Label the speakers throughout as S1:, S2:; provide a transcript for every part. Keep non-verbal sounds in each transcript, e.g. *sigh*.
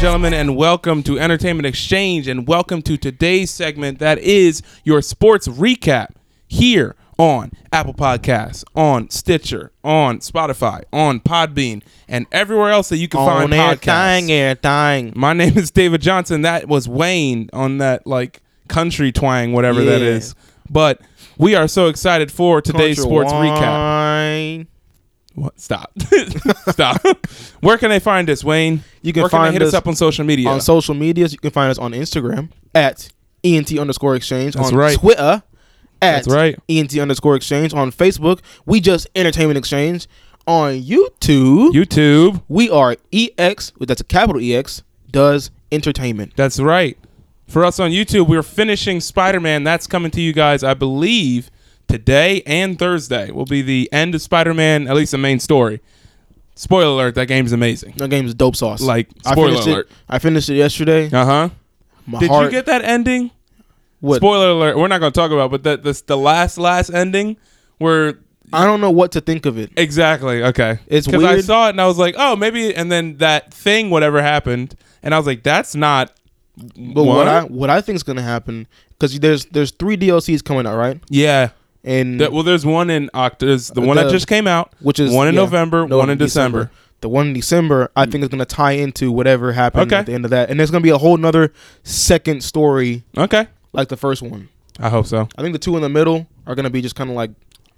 S1: gentlemen, and welcome to Entertainment Exchange, and welcome to today's segment that is your sports recap here on Apple Podcasts, on Stitcher, on Spotify, on Podbean, and everywhere else that you can
S2: On
S1: find podcasts.
S2: everything, everything.
S1: My name is David Johnson. That was Wayne on that like country twang, whatever that
S2: Yeah.
S1: is. But we are so excited for today's sports recap.
S2: recap.
S1: What? Stop. *laughs* Stop. *laughs* Where can they find us, Wayne?
S2: You can
S1: Where
S2: find
S1: they hit us
S2: us
S1: up on social media.
S2: On social medias, you can find us on Instagram at ENT underscore exchange.
S1: That's
S2: on
S1: right.
S2: Twitter at
S1: That's right.
S2: ENT underscore exchange. On Facebook, we just entertainment exchange. On YouTube,
S1: YouTube.
S2: we are EX, that's a capital EX, does entertainment.
S1: That's right. For us on YouTube, we're finishing Spider Man. That's coming to you guys, I believe, today and Thursday will be the end of Spider Man, at least the main story. Spoiler alert, that game's amazing.
S2: That game is dope sauce.
S1: Like,
S2: I
S1: spoiler
S2: finished
S1: alert.
S2: It, I finished it yesterday.
S1: Uh huh.
S2: My
S1: Did
S2: heart,
S1: you get that ending?
S2: what,
S1: Spoiler alert. We're not going to talk about, it, but that this the last last ending where
S2: I don't know what to think of it.
S1: exactly okay.
S2: It's
S1: because I
S2: weird.
S1: saw it and I was like, oh, maybe. And then that thing, whatever happened, and I was like, that's not.
S2: But what, I what I think is gonna happen because there's there's three DLCs coming out, right?
S1: yeah.
S2: And
S1: That- well, there's one in Oct. There's the one that
S2: The-
S1: just came out,
S2: which is
S1: one in
S2: yeah,
S1: November,
S2: no,
S1: one in December.
S2: The one in December, I think, is going to tie into whatever happened
S1: Okay.
S2: at the end of that, and there's going to be a whole nother second story
S1: Okay,
S2: like the first one.
S1: I hope so.
S2: I think the two in the middle are going to be just kind of like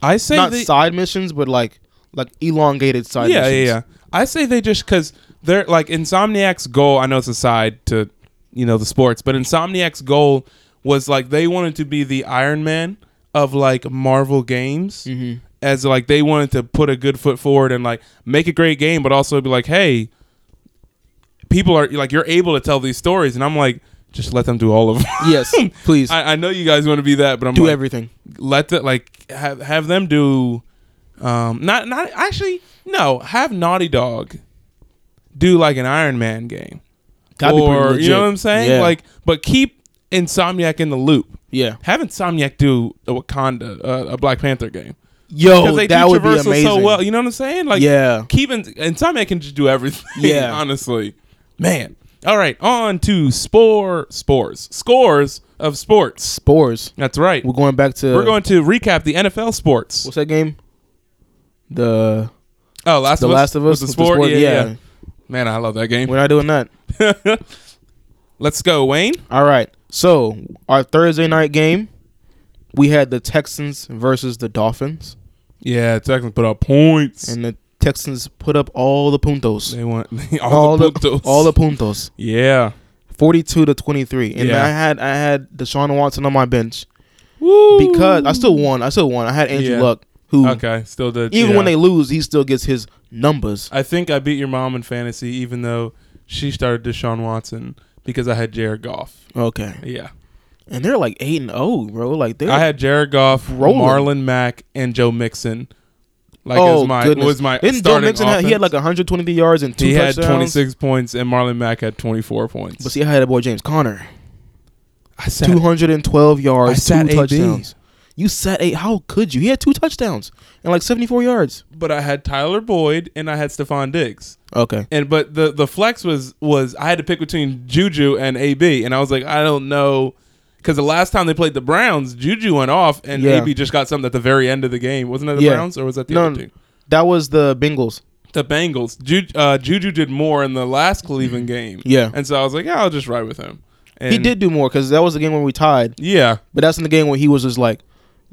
S1: I say
S2: not
S1: they-
S2: side missions, but like like elongated side.
S1: yeah,
S2: missions.
S1: yeah, yeah. I say they just because they're like Insomniac's goal. I know it's a side to you know the sports, but Insomniac's goal was like they wanted to be the Iron Man of like Marvel games,
S2: Mm-hmm.
S1: as like they wanted to put a good foot forward and like make a great game, but also be like, hey, people are like you're able to tell these stories, and I'm like, just let them do all of them.
S2: Yes, please
S1: *laughs* I, I know you guys want to be that, but I'm
S2: do
S1: like,
S2: everything.
S1: let the like have have them do um not not actually no have naughty dog do like an iron man game
S2: Gotta be pretty
S1: or you
S2: legit.
S1: know what i'm saying
S2: Yeah.
S1: like but keep insomniac in the loop
S2: yeah,
S1: have insomniac do a wakanda uh, a black panther game
S2: yo,
S1: because they
S2: Oh, that
S1: do
S2: would be
S1: traversal
S2: amazing.
S1: so well you know what i'm saying like
S2: yeah,
S1: keep in, insomniac can just do everything *laughs*
S2: Yeah.
S1: honestly man all right on to spore spores scores of sports
S2: spores.
S1: that's right
S2: We're going back to
S1: we're going to recap the nfl sports
S2: What's that game? The
S1: Oh, Last
S2: The
S1: of Us.
S2: Last of Us
S1: was
S2: with
S1: a
S2: the
S1: sport.
S2: sport,
S1: Yeah,
S2: yeah.
S1: yeah. Man, I love that game.
S2: we're not doing that.
S1: Let's go, Wayne.
S2: All right. So our Thursday night game, we had the Texans versus the Dolphins,
S1: Yeah, Texans put up points.
S2: and the Texans put up all the puntos,
S1: *laughs* they want all, the, puntos.
S2: all the puntos,
S1: yeah.
S2: forty-two to twenty-three. And
S1: Yeah.
S2: I had I had Deshaun Watson on my bench
S1: Woo.
S2: because I still won. I still won. I had Andrew
S1: Yeah.
S2: Luck, who
S1: okay still did.
S2: even
S1: yeah.
S2: when they lose, he still gets his numbers.
S1: I think I beat your mom in fantasy, even though she started Deshaun Watson because I had Jared Goff.
S2: Okay,
S1: Yeah,
S2: and they're like eight and oh, bro. Like they,
S1: I had Jared Goff,
S2: Rolling.
S1: Marlon Mack, and Joe Mixon. Like
S2: oh
S1: as my
S2: goodness,
S1: was my
S2: didn't Joe
S1: starting
S2: Mixon have, he had
S1: offense.
S2: like 123 yards and two
S1: he had
S2: touchdowns.
S1: twenty six points and Marlon Mack had twenty four points.
S2: But see, I had a boy James Conner.
S1: I sat-
S2: 212
S1: I
S2: yards,
S1: sat
S2: two
S1: AB.
S2: touchdowns. You sat eight. How could you? He had two touchdowns and like 74 yards.
S1: but I had Tyler Boyd and I had Stephon Diggs.
S2: Okay.
S1: And but the the flex was was I had to pick between Juju and AB, and I was like, I don't know, because the last time they played the Browns, Juju went off, and
S2: Yeah.
S1: AB just got something at the very end of the game. Wasn't that the
S2: Yeah.
S1: Browns or was that the
S2: No,
S1: other team?
S2: That was the Bengals.
S1: The Bengals. Ju- uh, Juju did more in the last Cleveland game,
S2: Yeah.
S1: and so I was like, yeah, I'll just ride with him. And
S2: he did do more because that was the game where we tied,
S1: Yeah,
S2: but that's in the game where he was just like,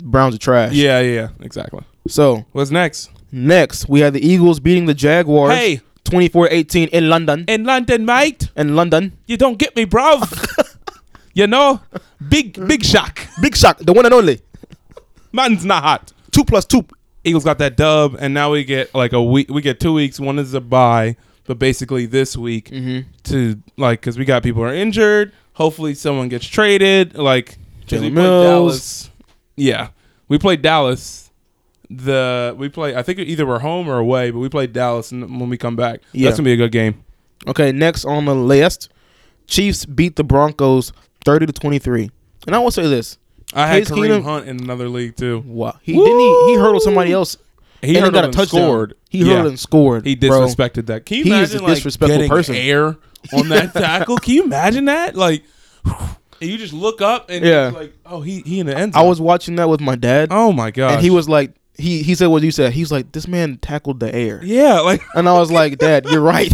S2: Browns are trash.
S1: yeah, yeah, exactly.
S2: So
S1: What's next?
S2: next, we had the Eagles beating the Jaguars
S1: Hey,
S2: 24 18 in London.
S1: in London, mate,
S2: In London.
S1: you don't get me, bruv. *laughs* you know, big big shock.
S2: Big shock, the one and only.
S1: Man's not hot.
S2: Two plus two.
S1: Eagles got that dub, and now we get like a week. We get two weeks. One is a bye, but basically this week
S2: Mm-hmm.
S1: to like because we got people who are injured. Hopefully, someone gets traded. Like 'cause
S2: Jalen
S1: we played
S2: Mills.
S1: Dallas. Yeah, we played Dallas. The we play. I think either we're home or away, but we played Dallas. And when we come back,
S2: Yeah.
S1: that's gonna be a good game.
S2: Okay, next on the list, Chiefs beat the Broncos 30 to 23. And I will say this.
S1: I had
S2: Case
S1: Kareem
S2: Keenum-
S1: Hunt in another league too.
S2: Wow. He didn't he, he hurdled somebody else.
S1: He
S2: and
S1: hurdled
S2: got a
S1: and
S2: touchdown.
S1: scored.
S2: He hurdled
S1: Yeah.
S2: and scored.
S1: He
S2: bro.
S1: disrespected that. Can you
S2: He is
S1: imagine
S2: a
S1: like
S2: disrespectful
S1: getting
S2: person.
S1: air
S2: *laughs*
S1: on that tackle. Can you imagine that? Like, and you just look up and
S2: Yeah.
S1: it's like, oh, he he in the end
S2: I
S1: zone.
S2: was watching that with my dad,
S1: oh my god,
S2: and he was like, he he said what you said. He's like, this man tackled the air,
S1: yeah, like *laughs*
S2: and I was like, Dad, you're right.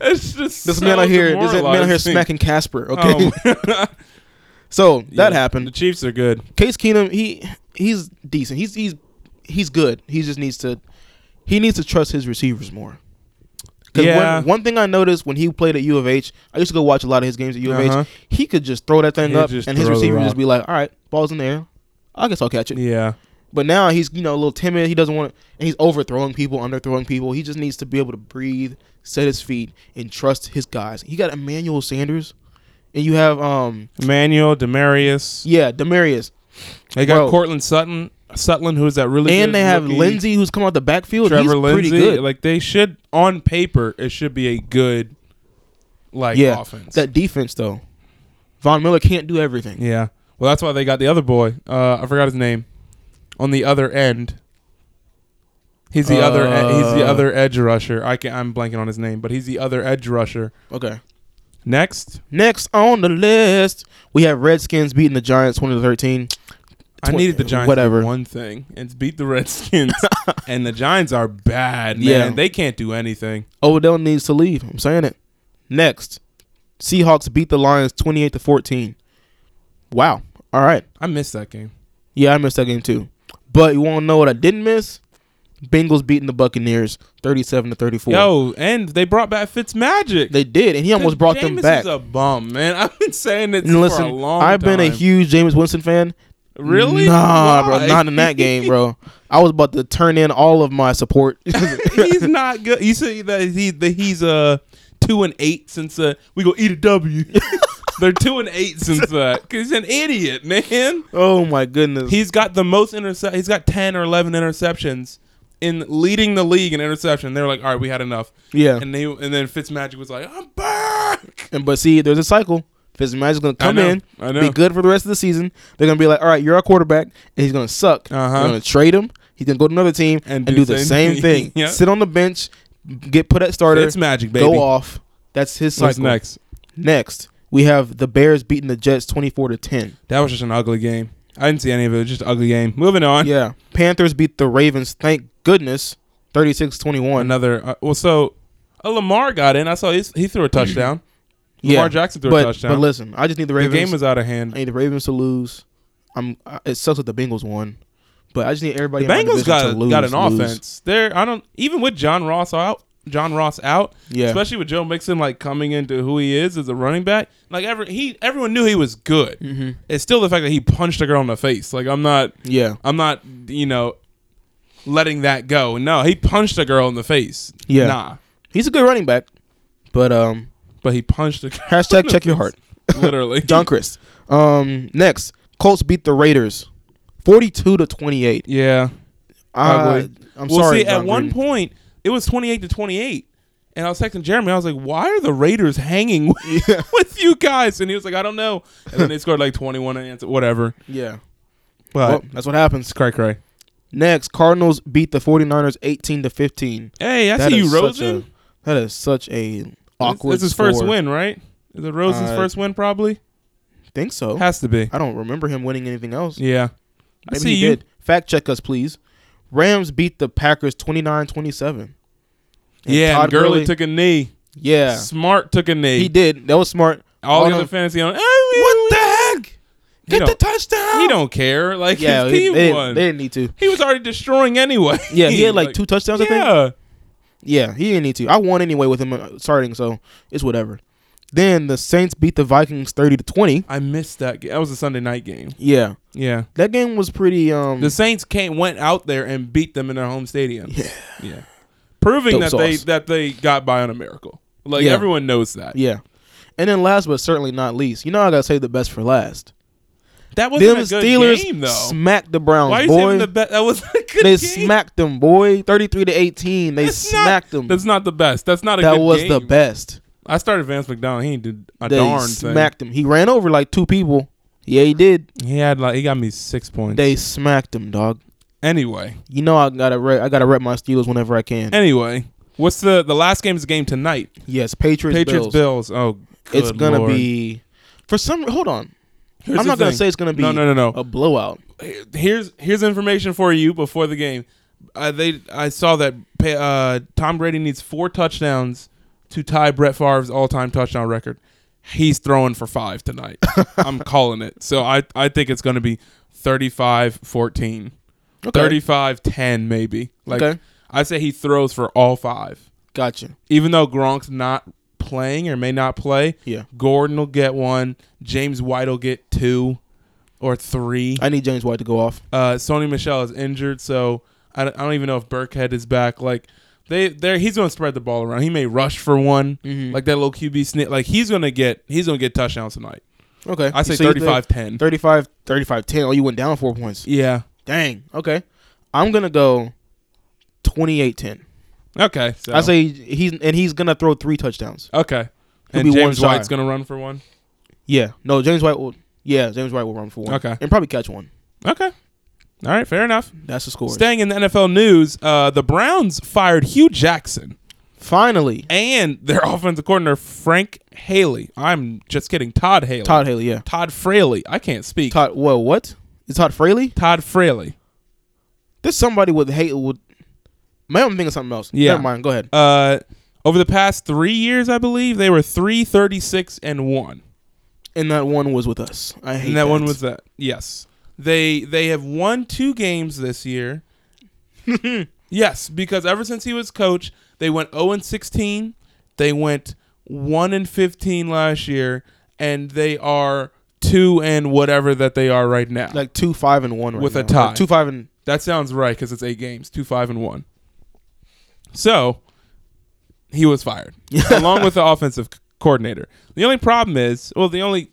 S1: it's just
S2: this
S1: so
S2: man out here, this man out here
S1: demoralizing.
S2: smacking Casper. Okay,
S1: *laughs*
S2: *laughs*
S1: Oh, that
S2: so that happened.
S1: The Chiefs are good.
S2: Case Keenum, he he's decent. He's he's he's good. He just needs to he needs to trust his receivers more. 'Cause
S1: Yeah.
S2: One, one thing I noticed when he played at U of H, I used to go watch a lot of his games at U of
S1: Uh-huh.
S2: H. He could just throw that thing
S1: He'd
S2: up,
S1: just
S2: and his
S1: throw the
S2: receiver would
S1: rock.
S2: just be like, "All right, ball's in the air. I guess I'll catch it."
S1: Yeah,
S2: But now he's you know a little timid. He doesn't want, to, and he's overthrowing people, underthrowing people. He just needs to be able to breathe, set his feet, and trust his guys. He got Emmanuel Sanders, and you have um
S1: Emmanuel Demarius.
S2: yeah Demarius.
S1: They got
S2: Bro.
S1: Cortland Sutton, Sutton, who's that really?
S2: and
S1: good
S2: they have
S1: rookie.
S2: Lindsey who's come out the backfield.
S1: Trevor
S2: He's
S1: Lindsay.
S2: pretty good.
S1: Like they should, on paper, it should be a good, like
S2: yeah,
S1: offense.
S2: that defense though. Von Miller can't do everything.
S1: yeah. Well, that's why they got the other boy. Uh, I forgot his name. On the other end, he's the other. e- He's the
S2: Uh.
S1: other edge rusher. I can. I'm blanking on his name, but he's the other edge rusher.
S2: Okay.
S1: Next,
S2: Next on the list, we have Redskins beating the Giants twenty to thirteen.
S1: I
S2: Tw-
S1: needed the Giants to
S2: whatever.
S1: do one thing and beat
S2: *laughs*
S1: the Redskins. and the Giants are bad, man.
S2: Yeah.
S1: They can't do anything.
S2: Odell needs to leave. I'm saying it. Next, Seahawks beat the Lions twenty eight to fourteen. Wow. All right.
S1: I missed that game.
S2: Yeah, I missed that game too. But you want to know what I didn't miss? Bengals beating the Buccaneers thirty seven to thirty four.
S1: Yo, and they brought back Fitzmagic.
S2: They did, and he almost
S1: Dude,
S2: brought them
S1: Jameis
S2: back.
S1: is a bum, man. *laughs* I've been saying this
S2: And listen,
S1: for a long
S2: I've been a
S1: time.
S2: huge James Winston fan.
S1: really
S2: Nah,
S1: Why?
S2: bro, not in that game, bro. I was about to turn in all of my support. *laughs*
S1: *laughs* he's not good. You see that he that he's uh two and eight since uh we go eat
S2: *laughs*
S1: a W. They're two and eight since that. he's an idiot, man.
S2: oh my goodness.
S1: He's got the most intercept. He's got ten or eleven interceptions in leading the league in interception. They're like, all right, we had enough.
S2: yeah. And,
S1: And they and then Fitzmagic was like, I'm back.
S2: but see, there's a cycle. Fitzmagic's gonna come
S1: know,
S2: in,
S1: I know.
S2: be good for the rest of the season. They're gonna be like, all right, you're our quarterback, and he's gonna suck.
S1: Uh-huh.
S2: They're gonna trade him. He's gonna go to another team and, do, the same, thing.
S1: *laughs* Yeah.
S2: Sit on the bench, get put at starter,
S1: Fitzmagic, baby.
S2: go off. That's his cycle.
S1: What's next?
S2: Next, we have the Bears beating the Jets twenty four to ten.
S1: That was just an ugly game. I didn't see any of it. It was just an ugly game. Moving on.
S2: Yeah. Panthers beat the Ravens, thank goodness, 36-21.
S1: Another. Uh, well, so uh, Lamar got in. I saw his, he threw a touchdown.
S2: Yeah.
S1: Lamar Jackson threw
S2: but,
S1: a touchdown.
S2: But listen, I just need the
S1: the
S2: Ravens.
S1: game was out of hand.
S2: I need the Ravens to lose. I'm I- it sucks that the Bengals won. But I just need everybody
S1: The
S2: in my
S1: Bengals
S2: division
S1: got
S2: to lose,
S1: got an
S2: lose.
S1: offense. There, I don't even with John Ross out. John Ross out,
S2: Yeah.
S1: especially with Joe Mixon like coming into who he is as a running back. Like every he everyone knew he was good.
S2: Mhm.
S1: It's still the fact that he punched a girl in the face. Like I'm not
S2: Yeah.
S1: I'm not you know letting that go. No, he punched a girl in the face.
S2: Yeah.
S1: nah,
S2: He's a good running back. But um
S1: but he punched a girl
S2: *laughs*
S1: in
S2: hashtag
S1: the
S2: check your
S1: face.
S2: heart.
S1: Literally,
S2: John Chris. Um next, Colts beat the Raiders 42 to 28.
S1: Yeah,
S2: Uh,
S1: Ugly.
S2: I'm
S1: well,
S2: sorry.
S1: see, at
S2: John
S1: one
S2: Gruden.
S1: point it was twenty eight to twenty eight, and I was texting Jeremy. I was like, "Why are the Raiders hanging *laughs* with,
S2: *laughs* Yeah.
S1: with you guys?" And he was like, "I don't know." And then they scored like twenty one and whatever.
S2: Yeah.
S1: But
S2: Well, that's what happens.
S1: it's cray cray.
S2: Next, Cardinals beat the 49ers 18 to 15.
S1: Hey, I
S2: That
S1: see you,
S2: is such
S1: Rosen.
S2: a- That is such a awkward.
S1: It's his first
S2: score.
S1: win, right? Is it Rosen's
S2: Uh,
S1: first win? Probably
S2: Think so.
S1: has to be.
S2: I don't remember him winning anything else.
S1: Yeah, I
S2: Maybe
S1: see
S2: he
S1: you.
S2: did. Fact check us, please. Rams beat the Packers 29-27. And
S1: Yeah,
S2: Todd
S1: and Gurley
S2: Gurley-
S1: took a knee.
S2: Yeah,
S1: Smart took a knee.
S2: he did. That was smart.
S1: All
S2: On
S1: the other
S2: a-
S1: fantasy on. What the heck? Get the
S2: touchdown.
S1: He don't care. Like *laughs*
S2: Yeah,
S1: his
S2: they,
S1: team
S2: they didn't-
S1: won.
S2: they didn't need to.
S1: he was already destroying anyway.
S2: Yeah,
S1: *laughs*
S2: he had like two touchdowns. I think.
S1: Yeah.
S2: Yeah, he didn't need to. I won anyway with him uh, starting, so it's whatever. Then the Saints beat the Vikings 30 to 20.
S1: I missed that game. That was a Sunday night game.
S2: Yeah.
S1: Yeah.
S2: That game was pretty um
S1: The Saints came went out there and beat them in their home stadium.
S2: Yeah.
S1: Yeah. Proving
S2: Dope
S1: that they
S2: sauce.
S1: that they got by on a miracle. Like
S2: Yeah.
S1: everyone knows that.
S2: Yeah. And then last but certainly not least, you know I gotta save the best for last.
S1: That wasn't
S2: Them
S1: a good
S2: Steelers
S1: game though.
S2: smacked the Browns,
S1: Why are you
S2: boy.
S1: saving the best? That was a good
S2: they
S1: game.
S2: smacked them, boy. Thirty-three to eighteen. They
S1: That's not-
S2: smacked them.
S1: That's not the best. That's not a
S2: That
S1: good
S2: was
S1: game.
S2: the best.
S1: I started Vance McDonald. He ain't did a
S2: they
S1: darn
S2: smacked him. He ran over like two people. Yeah, he did.
S1: thing. He had like he got me six points.
S2: They smacked him, dog.
S1: anyway.
S2: You know I gotta re- I gotta rep my Steelers whenever I can.
S1: Anyway. What's the the last game is the game tonight?
S2: Yes, Patriots.
S1: Patriots
S2: Bills.
S1: Bills. Oh,
S2: It's
S1: good
S2: gonna
S1: Lord.
S2: be for some. Hold on.
S1: Here's
S2: I'm
S1: the
S2: not gonna
S1: thing.
S2: say it's gonna be
S1: No, no, no, no.
S2: a blowout.
S1: Here's here's information for you before the game. Uh, they I saw that Pa- uh, Tom Brady needs four touchdowns to tie Brett Favre's all-time touchdown record. He's throwing for
S2: *laughs*
S1: five tonight. I'm calling it. So I I think it's going to be 35-14.
S2: Okay.
S1: 35-10 maybe. Like
S2: Okay.
S1: I say he throws for all five.
S2: Gotcha.
S1: Even though Gronk's not playing or may not play,
S2: Yeah.
S1: Gordon will get one. James White will get two or three.
S2: I need James White to go off.
S1: Uh, Sony Michelle is injured, so I don't, I don't even know if Burkhead is back. Like they, they he's going to spread the ball around. He may rush for one,
S2: Mm-hmm.
S1: like that little QB snip. Like he's going to get he's going to get touchdowns tonight.
S2: Okay.
S1: I say
S2: So you think
S1: 35-10.
S2: 35, 35, 10. Oh, you went down four points.
S1: Yeah.
S2: Dang. Okay. I'm gonna go 28, 10.
S1: Okay. So.
S2: I say he's and he's gonna throw three touchdowns.
S1: okay.
S2: He'll
S1: And
S2: be one
S1: James
S2: shy.
S1: White's going to run for one.
S2: Yeah. No, James White will. Yeah, James White will run for one.
S1: Okay.
S2: And probably catch one.
S1: Okay. All right. Fair enough.
S2: That's the score.
S1: Staying in the NFL news, uh, the Browns fired Hugh Jackson
S2: Finally,
S1: and their *laughs* offensive coordinator Frank Haley. I'm just kidding. Todd Haley.
S2: Todd Haley. Yeah.
S1: Todd Fraley. I can't speak.
S2: Todd. Well, what is Todd Fraley?
S1: Todd Fraley.
S2: There's somebody with hate would. Man, I'm thinking something else.
S1: Yeah.
S2: Never mind. Go ahead.
S1: Uh, over the past three years, I believe they were three thirty six and one,
S2: And that one was with us. I hate
S1: and that, one was that. Yes, they they have won two games
S2: *laughs*
S1: this year. yes, because ever since he was coach, they went zero and sixteen. They went one and fifteen last year, and they are two and whatever that they are right now.
S2: like two five and one right
S1: With a
S2: now.
S1: tie.
S2: Like, two five and
S1: That sounds right because it's eight games, two, five, and one. So he
S2: *laughs*
S1: was fired along with the offensive c- coordinator. The only problem is, well, the only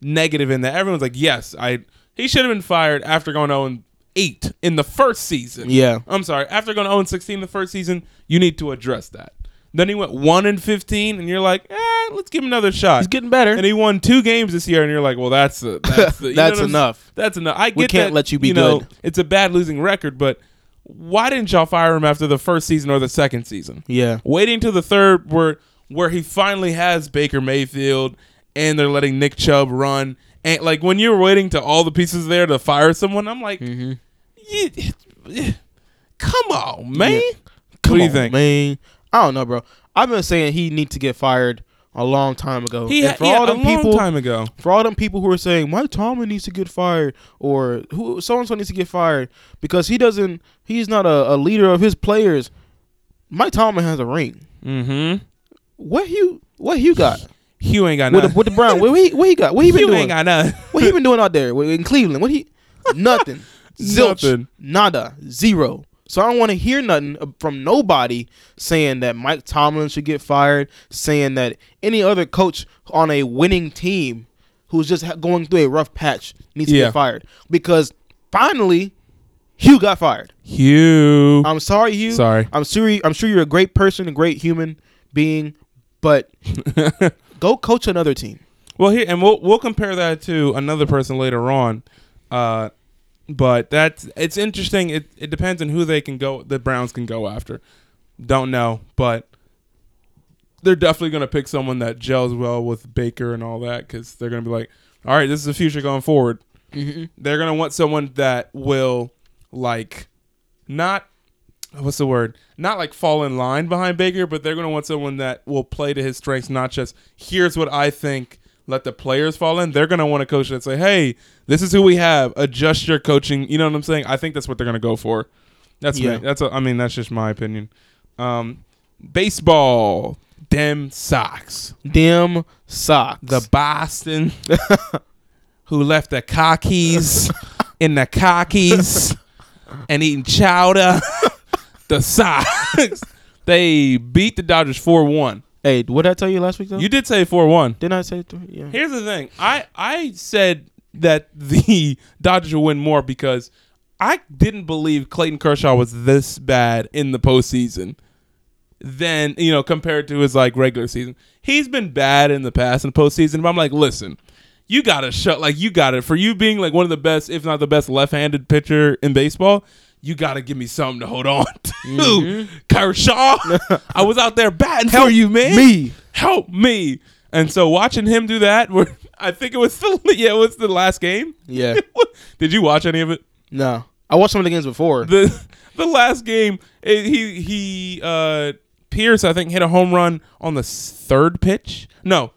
S1: negative in that everyone's like, yes, I he should have been fired after going 0 and eight in the first season.
S2: yeah.
S1: I'm sorry, after going 0 and 16 the first season, you need to address that. Then he went one and 15, and you're like, eh, let's give him another shot.
S2: He's getting better.
S1: and he won two games this year, and you're like, well, that's the,
S2: *laughs*
S1: that's, the, you know
S2: That's
S1: what I'm
S2: enough.
S1: that's enough. I get
S2: can't
S1: that,
S2: let you be
S1: know,
S2: good.
S1: It's a bad losing record, but why didn't y'all fire him after the first season or the second season?
S2: yeah.
S1: Waiting till the third, where where he finally has Baker Mayfield, and they're letting Nick Chubb run, and like when you're waiting to all the pieces there to fire someone, I'm like,
S2: Mm-hmm.
S1: "Yeah, come on, man.
S2: Yeah.
S1: What do you
S2: on,
S1: think?
S2: man? I don't know, bro. I've been saying he need to get fired a long time ago.
S1: He
S2: And
S1: had
S2: for all
S1: a
S2: them
S1: long
S2: people,
S1: time ago.
S2: for all them people who are saying Mike Tomlin needs to get fired or who so and so needs to get fired because he doesn't, he's not a, a leader of his players. Mike Tomlin has a ring.
S1: Mm-hmm.
S2: What you, what you got
S1: Hugh ain't got
S2: with the,
S1: nothing.
S2: with the Brown? What he, what he got? What he been
S1: Hugh
S2: doing?
S1: ain't got nothing.
S2: What he been doing out there in Cleveland? What he?
S1: *laughs*
S2: Nothing. Zilch.
S1: Nothing.
S2: Nada. Zero. So I don't want to hear nothing from nobody saying that Mike Tomlin should get fired, saying that any other coach on a winning team who's just ha- going through a rough patch needs to
S1: Yeah.
S2: get fired. Because finally, Hugh got fired.
S1: *laughs* Hugh.
S2: I'm sorry, Hugh.
S1: Sorry.
S2: I'm sure. I'm sure you're a great person, a great human being, but go coach another team.
S1: Well, here and we'll we'll compare that to another person later on, uh, but that's it's interesting. It it depends on who they can go. The Browns can go after. Don't know, but they're definitely going to pick someone that gels well with Baker and all that because they're going to be like, all right, this is the future going forward. They're going to want someone that will like not what's the word? Not like fall in line behind Baker, but they're going to want someone that will play to his strengths, not just here's what I think. Let the players fall in. They're going to want a coach that say, "Hey, this is who we have. Adjust your coaching." You know what I'm saying? I think that's what they're going to go for. That's
S2: Yeah.
S1: me. that's a, I mean that's just my opinion. Um, baseball, dem Sox,
S2: Damn socks.
S1: the Boston, who left the cockies in the cockies and eating chowder. the Sox, they beat the Dodgers four one.
S2: hey, what did I tell you last week though?
S1: You did say four one.
S2: Didn't I say three? Yeah.
S1: Mm-hmm. Here's the thing. I I said that *laughs* the Dodgers will win more because I didn't believe Clayton Kershaw was this bad in the postseason. Than you know, compared to his like regular season, he's been bad in the past in the postseason. But I'm like, listen, you gotta shut like you got to for you being like one of the best, if not the best, left-handed pitcher in baseball. you got to give me something to hold on *laughs* to. Kershaw, *laughs* I was out there batting for you, man.
S2: me.
S1: help me. And so watching him do that, *laughs* where I think it was the *laughs* yeah, it was the last game.
S2: Yeah.
S1: *laughs* Did you watch any of it?
S2: No, I watched some of the games before.
S1: the the last game it, he he uh Pierce I think hit a home run on the s- third pitch. No,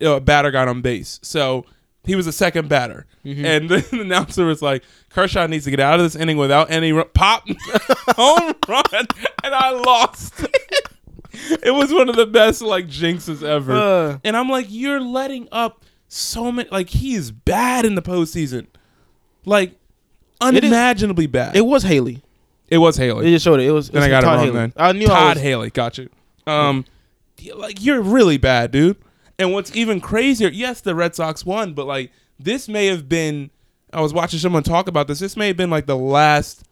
S1: a batter got on base. So he was the second batter.
S2: Mm-hmm.
S1: And *laughs* the, announcer was like Kershaw needs to get out of this inning without any ru- pop *laughs* home run and I lost. *laughs* it was one of the best like jinxes ever.
S2: Uh.
S1: and I'm like you're letting up so many like he is bad in the postseason. Like
S2: is-
S1: unimaginably bad.
S2: it was Haley.
S1: It was
S2: They
S1: Haley.
S2: just showed it. It was.
S1: Then I got it
S2: Todd
S1: wrong.
S2: Haley.
S1: Then
S2: I knew
S1: Todd
S2: I was,
S1: Haley. Got you. Um, y- like you're really bad, dude. And what's even crazier? Yes, the Red Sox won, but like this may have been. I was watching someone talk about this. This may have been like the last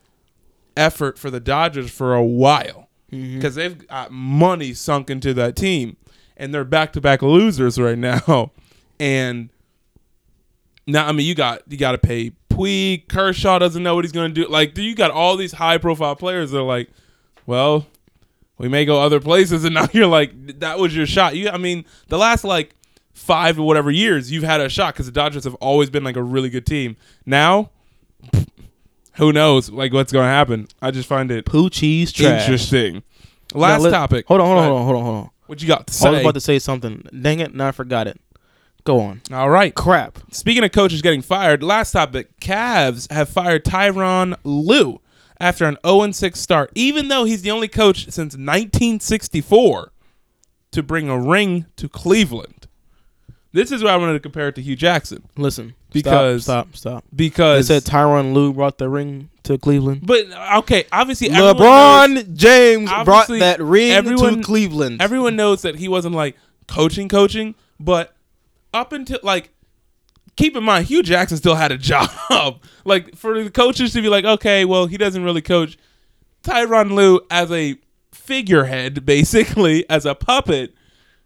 S1: effort for the Dodgers for a while
S2: Mm-hmm.
S1: because they've got money sunk into that team, and they're back to back losers right now. *laughs* And now, I mean, you got you got to pay Puig. Kershaw doesn't know what he's going to do. Like, you got all these high profile players that are like, well, we may go other places, and *laughs* now you're like, that was your shot. You, I mean, the last like five or whatever years, you've had a shot because the Dodgers have always been like a really good team. Now, *sniffs* who knows? Like, what's going to happen? I just find it
S2: Poo cheese trash.
S1: interesting.
S2: Now,
S1: Last
S2: let-
S1: topic.
S2: Hold on, hold on,
S1: Right.
S2: hold on, hold on, hold on.
S1: What you got to
S2: I was
S1: say?
S2: about to say something. Dang it! Now I forgot it. Go on.
S1: All right.
S2: Crap.
S1: Speaking of coaches getting fired, last topic Cavs have fired Tyron Lue after an 0 6 start, even though he's the only coach since 1964 to bring a ring to Cleveland. This is where I wanted to compare it to Hugh Jackson
S2: Listen.
S1: Because-
S2: stop, stop. stop. They
S1: because.
S2: said Tyron Lue brought the ring to Cleveland.
S1: but okay, obviously everyone knows-
S2: LeBron James brought
S1: Obviously,
S2: that ring
S1: everyone-
S2: to Cleveland.
S1: everyone knows that he wasn't like coaching, coaching, but up until like, keep in mind, Hugh Jackson still had a job. *laughs* like for the coaches to be like, okay, well, he doesn't really coach. Tyron Lue as a figurehead, basically as a puppet,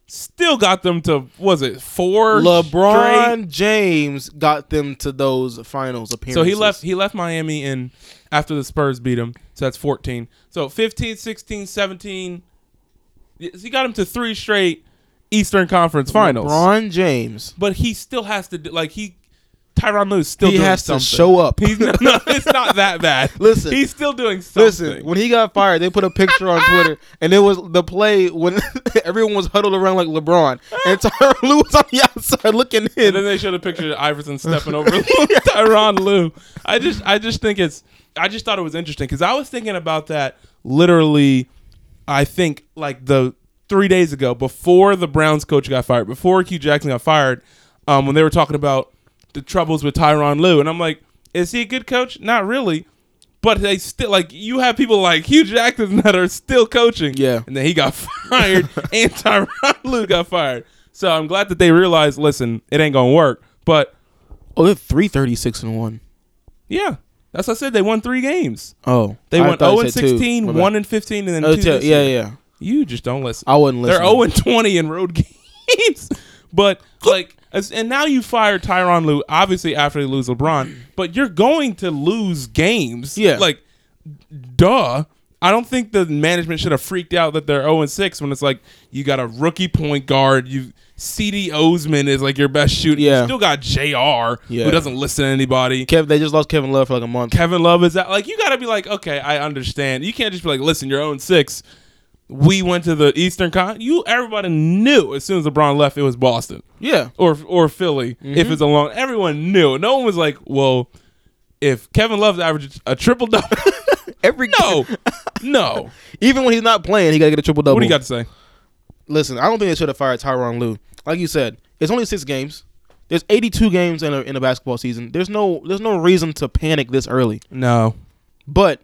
S1: still got them to what was it four
S2: LeBron
S1: straight-
S2: James got them to those finals appearances.
S1: So he left he left Miami in after the Spurs beat him. So that's 14. So 15, 16, 17. Yeah, so He got him to three straight Eastern Conference Finals.
S2: LeBron James.
S1: But he still has to do, like he Tyron Lue is still
S2: he
S1: doing
S2: has
S1: something.
S2: to show up.
S1: He's *laughs* no, no, it's not that bad.
S2: *laughs* Listen.
S1: he's still doing something.
S2: Listen, when he got fired, they put a picture on Twitter, and it was the play when *laughs* everyone was huddled around like LeBron, and Tyron *laughs* Lue was on the outside looking
S1: and then
S2: in.
S1: they showed a picture of Iverson stepping over *laughs* Tyron Lou. I just I just think it's I just thought it was interesting because I was thinking about that literally. I think like the three days ago before the Browns coach got fired, before Hugh Jackson got fired, um, when they were talking about the troubles with Tyron Lou, and I'm like, is he a good coach? Not really. But they still like you have people like Hugh Jackson that are still coaching.
S2: Yeah.
S1: And then he got *laughs* fired and Tyron Lue got fired. So I'm glad that they realized, listen, it ain't gonna work. But
S2: Oh, they're three thirty six and one.
S1: yeah. That's what I said. They won three games.
S2: Oh,
S1: They
S2: I
S1: went
S2: thought
S1: 0
S2: you
S1: and
S2: said two.
S1: 16,
S2: My
S1: 1 and 15, and then
S2: bad. Oh,
S1: 2.
S2: two.
S1: this
S2: Yeah,
S1: year.
S2: yeah.
S1: You just don't listen.
S2: I wasn't
S1: They're
S2: listening.
S1: 0 and 20 in road *laughs* games. But, like, as, and now you fire Tyron Lue, obviously, after they lose LeBron, but you're going to lose games.
S2: Yeah.
S1: Like, duh. I don't think the management should have freaked out that they're 0 and 6 when it's like you got a rookie point guard. You CD Osman is like your best shooter. You
S2: Yeah.
S1: still got JR
S2: Yeah.
S1: who doesn't listen to anybody.
S2: Kev, they just lost Kevin Love for like a month.
S1: Kevin Love is that like you got to be like okay I understand you can't just be like listen you're own six we went to the Eastern Con you everybody knew as soon as LeBron left it was Boston
S2: yeah,
S1: or or Philly
S2: Mm-hmm.
S1: if it's a long everyone knew no one was like well if Kevin Love's averaged a triple double *laughs*
S2: every
S1: no no
S2: *laughs* even when he's not playing, he gotta get a triple double.
S1: what do you got to say
S2: Listen, I don't think they should have fired Tyron Lue. Like you said, it's only six games. There's 82 games in a, in a basketball season. There's no there's no reason to panic this early.
S1: no
S2: But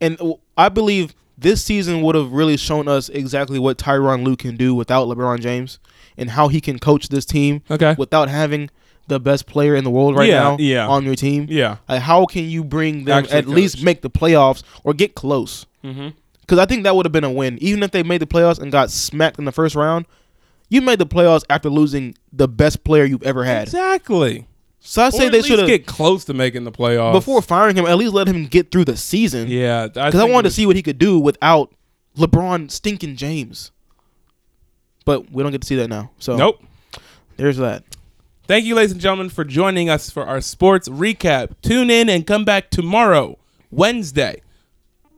S2: and w- I believe this season would have really shown us exactly what Tyron Lue can do without LeBron James and how he can coach this team
S1: okay
S2: without having the best player in the world right
S1: Yeah,
S2: now
S1: yeah.
S2: on your team.
S1: yeah
S2: Like, how can you bring them
S1: Actually
S2: at least
S1: coach.
S2: make the playoffs or get close?
S1: mm-hmm.
S2: Because I think that would have been a win. Even if they made the playoffs and got smacked in the first round, you made the playoffs after losing the best player you've ever had.
S1: exactly
S2: So I say
S1: Or at
S2: they
S1: least
S2: should have
S1: get close to making the playoffs
S2: before firing him. At least let him get through the season.
S1: Yeah,
S2: because I wanted to see what he could do without LeBron stinking James. But we don't get to see that now. So
S1: Nope.
S2: there's that.
S1: Thank you, ladies and gentlemen, for joining us for our sports recap. Tune in and come back tomorrow, Wednesday.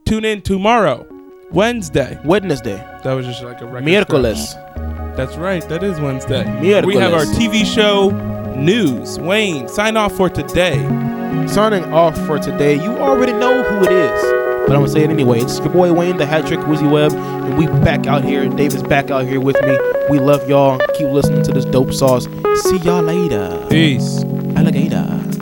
S1: Tune in tomorrow, Wednesday.
S2: Wednesday,
S1: That was just like a record.
S2: miércoles.
S1: scratch. That's right. That is Wednesday.
S2: Miércoles.
S1: We have our TV show news. Wayne, sign off for today.
S2: Signing off for today. You already know who it is, but I'm gonna say it anyway. It's your boy Wayne, the Hat Trick Wizzy Web, and we back out here. David's back out here with me. We love y'all. Keep listening to this dope sauce. See y'all later,
S1: Peace.
S2: alligator.